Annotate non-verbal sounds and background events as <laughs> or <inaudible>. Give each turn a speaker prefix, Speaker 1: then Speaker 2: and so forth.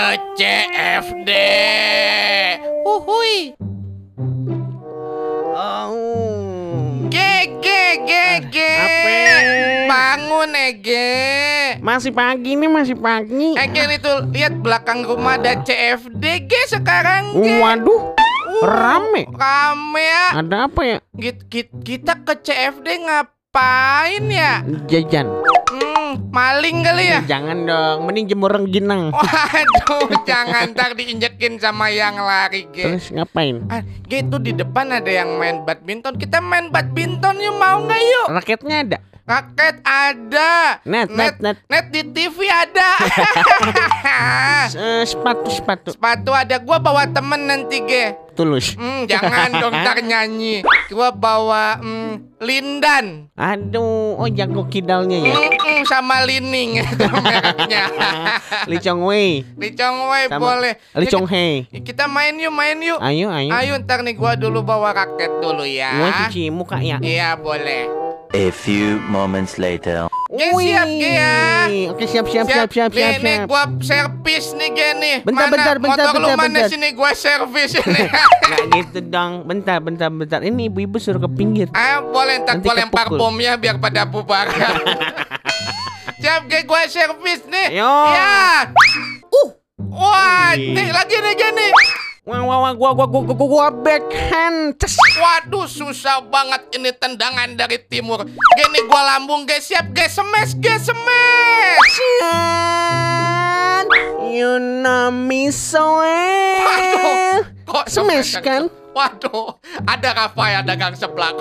Speaker 1: CFD. Uhuy. Gege, gege.
Speaker 2: Apa?
Speaker 1: Bangun, eh, Ege.
Speaker 2: Masih pagi nih, masih pagi.
Speaker 1: Ege itu Eh, lihat belakang rumah ada CFD, Ge sekarang,
Speaker 2: Oh.
Speaker 1: Ge.
Speaker 2: Waduh,
Speaker 1: Uh.
Speaker 2: rame.
Speaker 1: Rame ya.
Speaker 2: Ada apa ya?
Speaker 1: Git- git- Kita ke CFD ngapain ya?
Speaker 2: Jajan.
Speaker 1: Hmm, maling kali ya?
Speaker 2: Jangan dong, mending jemur rengginang.
Speaker 1: Waduh, <laughs> jangan tak diinjekin sama yang lari, Ge.
Speaker 2: Terus ngapain?
Speaker 1: Ah, Ge, itu di depan ada yang main badminton. Kita main badminton yuk, mau nggak yuk?
Speaker 2: Raketnya ada.
Speaker 1: Raket ada.
Speaker 2: Net, net, net.
Speaker 1: net di TV ada. <laughs> Ah.
Speaker 2: Eh, sepatu, sepatu.
Speaker 1: Sepatu ada. Gua bawa temen nanti, Ge.
Speaker 2: Tulus.
Speaker 1: Hmm, jangan dong ntar nyanyi. Gua bawa hmm, Lindan.
Speaker 2: Aduh, oh jago kidalnya ya.
Speaker 1: Mm-mm, sama Lining <laughs> itu mereknya. Ah.
Speaker 2: Li Chong Wei.
Speaker 1: Li Chong Wei
Speaker 2: Sama
Speaker 1: boleh.
Speaker 2: Li
Speaker 1: Yuk,
Speaker 2: Chong Hei.
Speaker 1: Kita main yuk, main yuk.
Speaker 2: Ayo, ayo.
Speaker 1: Ayo ntar nih gua dulu bawa raket dulu ya.
Speaker 2: Gua cuci muka ya.
Speaker 1: Iya boleh.
Speaker 3: A few moments later.
Speaker 1: Oke, siap, Ge, ya.
Speaker 2: Wih, Oke, siap, siap, siap, siap,
Speaker 1: nih,
Speaker 2: siap.
Speaker 1: nih
Speaker 2: siap.
Speaker 1: gua servis nih gini. mana?
Speaker 2: Bentar, bentar, bentar,
Speaker 1: Motor lu
Speaker 2: bentar,
Speaker 1: mana
Speaker 2: bentar.
Speaker 1: sini gua servis
Speaker 2: <laughs>
Speaker 1: ini.
Speaker 2: Nggak gitu dong. Bentar, bentar, bentar. Ini ibu-ibu suruh ke pinggir.
Speaker 1: ah, boleh ntar
Speaker 2: Nanti
Speaker 1: gua lempar
Speaker 2: kepukul.
Speaker 1: bomnya biar pada
Speaker 2: <laughs>
Speaker 1: bubar. siap Ge, gua servis nih.
Speaker 2: Yo.
Speaker 1: Ya.
Speaker 2: Uh.
Speaker 1: Wah,
Speaker 2: Wih.
Speaker 1: nih lagi nih gini.
Speaker 2: Wah, wah, wah, gua, gua, gua, gua, gua backhand. Ces.
Speaker 1: Waduh, susah banget ini tendangan dari timur. Gini gua lambung, Ge, siap Ge, smash Ge, smash.
Speaker 2: Kan, You know me so well.
Speaker 1: Waduh, kok
Speaker 2: Smash,
Speaker 1: sampai
Speaker 2: kan?
Speaker 1: <laughs> Waduh, ada Rafael dagang seblak.